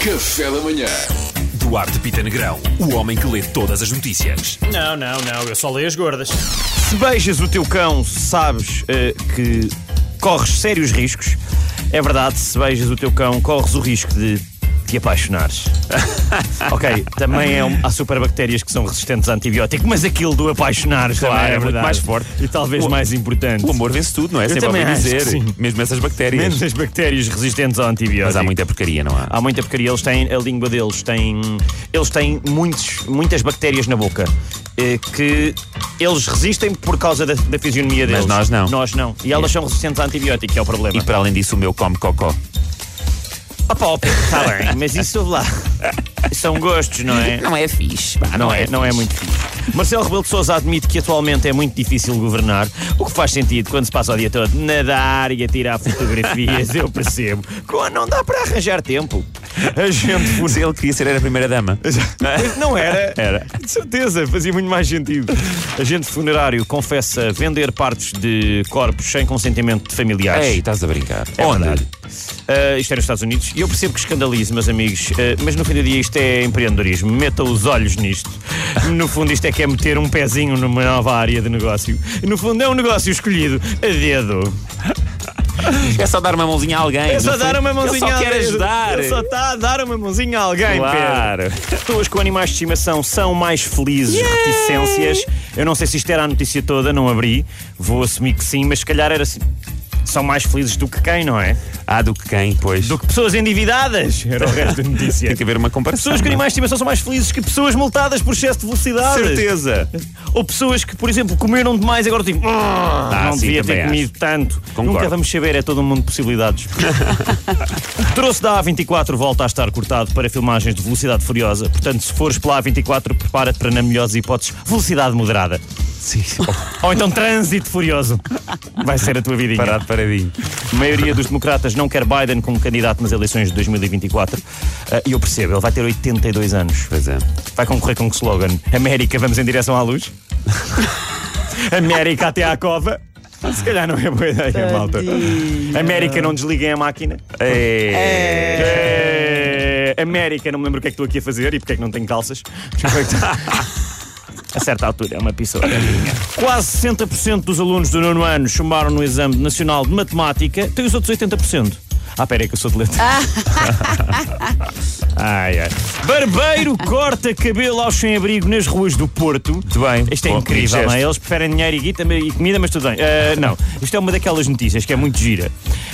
Café da Manhã. Duarte Pita Negrão, o homem que lê todas as notícias. Não, não, não, eu só leio as gordas. Se beijas o teu cão, sabes eh, que corres sérios riscos. É verdade, se beijas o teu cão, corres o risco de te apaixonares. ok, também é um- há superbactérias que são resistentes a antibiótico, mas aquilo do apaixonares Claro, também é é muito verdade. mais forte. E talvez O- mais importante. O amor vence tudo, não é? Sempre também ouvi acho dizer. que sim. Mesmo essas bactérias. Menos as bactérias resistentes ao antibiótico. Mas há muita porcaria, não há? Há muita porcaria, eles têm a língua deles, têm, eles têm muitos, muitas bactérias na boca eh, que eles resistem por causa da, da fisionomia deles. nós não. É. Nós não. E elas são resistentes a antibiótico, que é o problema. E para além disso, o meu come cocó. Opa, opa, está tá bem, mas isso lá. São gostos, não é? Não é fixe. pá, Não é, não é muito fixe. Marcelo Rebelo de Sousa admite que atualmente é muito difícil governar, o que faz sentido quando se passa o dia todo nadar e a tirar fotografias, eu percebo. Co- Não dá para arranjar tempo. A gente Por ele queria ser era a primeira dama. Mas Não é. era? Era. De certeza, fazia muito mais sentido. Agente funerário confessa vender partes de corpos sem consentimento de familiares. Ei, estás a brincar. É Onde? verdade. Ah, isto é nos Estados Unidos. E eu percebo que escandalize, meus amigos, ah, mas no fim do dia isto é empreendedorismo. Meta os olhos nisto. No fundo, isto é que é meter um pezinho numa nova área de negócio. No fundo, é um negócio escolhido a dedo. É só dar uma mãozinha a alguém. É só no dar fundo. uma mãozinha Ele só a quer dedo. ajudar. Ele só está a dar uma mãozinha a alguém, Claro. Pedro. Pessoas com animais de estimação são mais felizes, reticências. Eu não sei se isto era a notícia toda, não abri. Vou assumir que sim, mas se calhar era assim. São mais felizes do que quem, não é? Ah, do que quem, pois. Do que pessoas endividadas. Era o resto da notícia. Tem que haver uma comparação. Pessoas com não é? animais de estimação são mais felizes que pessoas multadas por excesso de velocidade. Certeza. Ou pessoas que, por exemplo, comeram demais e agora tipo. não Ah, sim, devia também ter comido tanto. Concordo. Nunca vamos saber, é todo um mundo de possibilidades. Trouxe da A24 volta a estar cortado para filmagens de velocidade furiosa. Portanto, se fores pela A24, prepara-te para, na melhor das hipóteses, velocidade moderada. Sim. Ou então trânsito furioso. Vai ser a tua vidinha. Parado, paradinho. A maioria dos democratas não quer Biden como candidato nas eleições de 2024. Ah, E eu percebo, ele vai ter 82 anos. Pois é. Vai concorrer com o slogan América, vamos em direção à luz? América até à cova? Se calhar não é boa ideia, malta. América, não desliguem a máquina. É, América, não me lembro o que é que estou aqui a fazer e porque é que não tenho calças. A certa altura é uma pissoura. Quase 60% dos alunos do nono ano chumbaram no Exame Nacional de Matemática. Tem os outros 80%. Ah, pera aí que eu sou de letra. ai, ai. Barbeiro corta cabelo aos sem-abrigo nas ruas do Porto. Muito bem. Isto é Bom, incrível, gesto. não é? Eles preferem dinheiro e, guita, e comida, mas tudo bem. Ah, não, isto é uma daquelas notícias que é muito gira.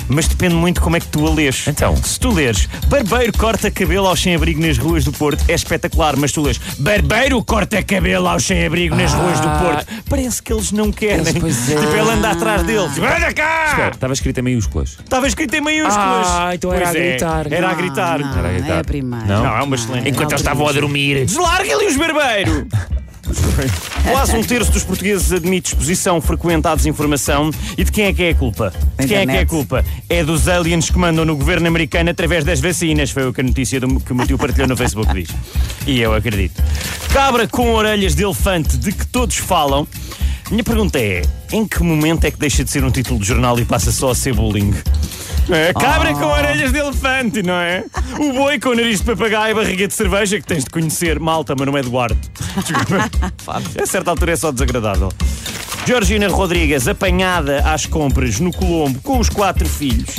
Mas depende muito como é que tu a lês. Então. Se tu lês Barbeiro corta cabelo aos sem-abrigo nas ruas do Porto, é espetacular, mas tu lês Barbeiro corta cabelo aos sem-abrigo Ah. nas ruas do Porto, parece que eles não querem. é. Tipo, ele anda atrás deles. Olha cá! Estava escrito em maiúsculas. Estava escrito em maiúsculas. Ah, então era Pois a é, gritar. Era a gritar. Não, Era a não gritar. é a primeira. Não? Não, é uma excelente. Enquanto eles Então estavam a dormir. Deslarga ali os barbeiros! Quase um terço dos portugueses admite exposição frequente à desinformação. E de quem é que é a culpa? De quem é que é a Internet. culpa? É dos aliens que mandam no governo americano através das vacinas, foi o que a notícia do, que o meu tio partilhou no Facebook diz. E eu acredito. Cabra com orelhas de elefante de que todos falam. Minha pergunta é: em que momento é que deixa de ser um título de jornal e passa só a ser bullying? Não é? Cabra com orelhas de elefante, não é? O boi com o nariz de papagaio e barriga de cerveja que tens de conhecer, malta, mas não é Duarte. Desculpa. A certa altura é só desagradável. Georgina Rodrigues apanhada às compras no Colombo com os quatro filhos.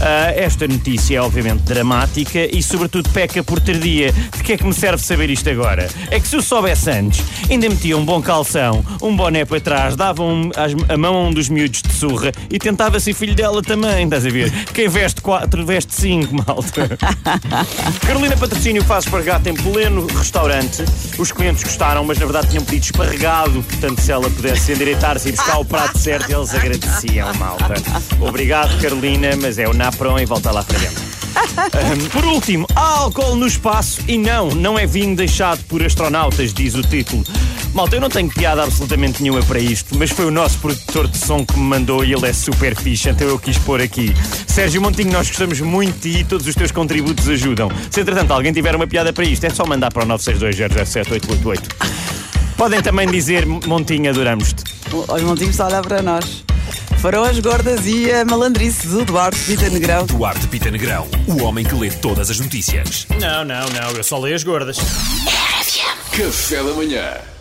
Ah, esta notícia é obviamente dramática e sobretudo peca por tardia. De que é que me serve saber isto agora? É que se eu soubesse antes, ainda metia um bom calção, um boné para trás, dava um- as- a mão a um dos miúdos de surra e tentava ser filho dela também, estás a ver? Quem veste quatro, veste cinco, malta. Carolina Patrocínio faz espargata em pleno restaurante. Os clientes gostaram, mas na verdade tinham pedido esparregado. Portanto, se ela pudesse endireitar-se e buscar o prato certo, eles agradeciam, malta. Obrigado, Carolina, mas é o Napron e volta lá para dentro. Ahm, Por último, há álcool no espaço e não, não é vinho deixado por astronautas, diz o título. Malta, eu não tenho piada absolutamente nenhuma para isto, mas foi o nosso produtor de som que me mandou e ele é super fixe, então eu quis pôr aqui. Sérgio Montinho, nós gostamos muito de ti e todos os teus contributos ajudam. Se entretanto alguém tiver uma piada para isto, é só mandar para o 962007888. Podem também dizer, Montinho, adoramos-te. Os montinhos só olhar para nós. Foram as gordas e a malandrice do Duarte Pita Negrão. Duarte Pita Negrão, o homem que lê todas as notícias. Não, não, não, eu só leio as gordas. Café da manhã.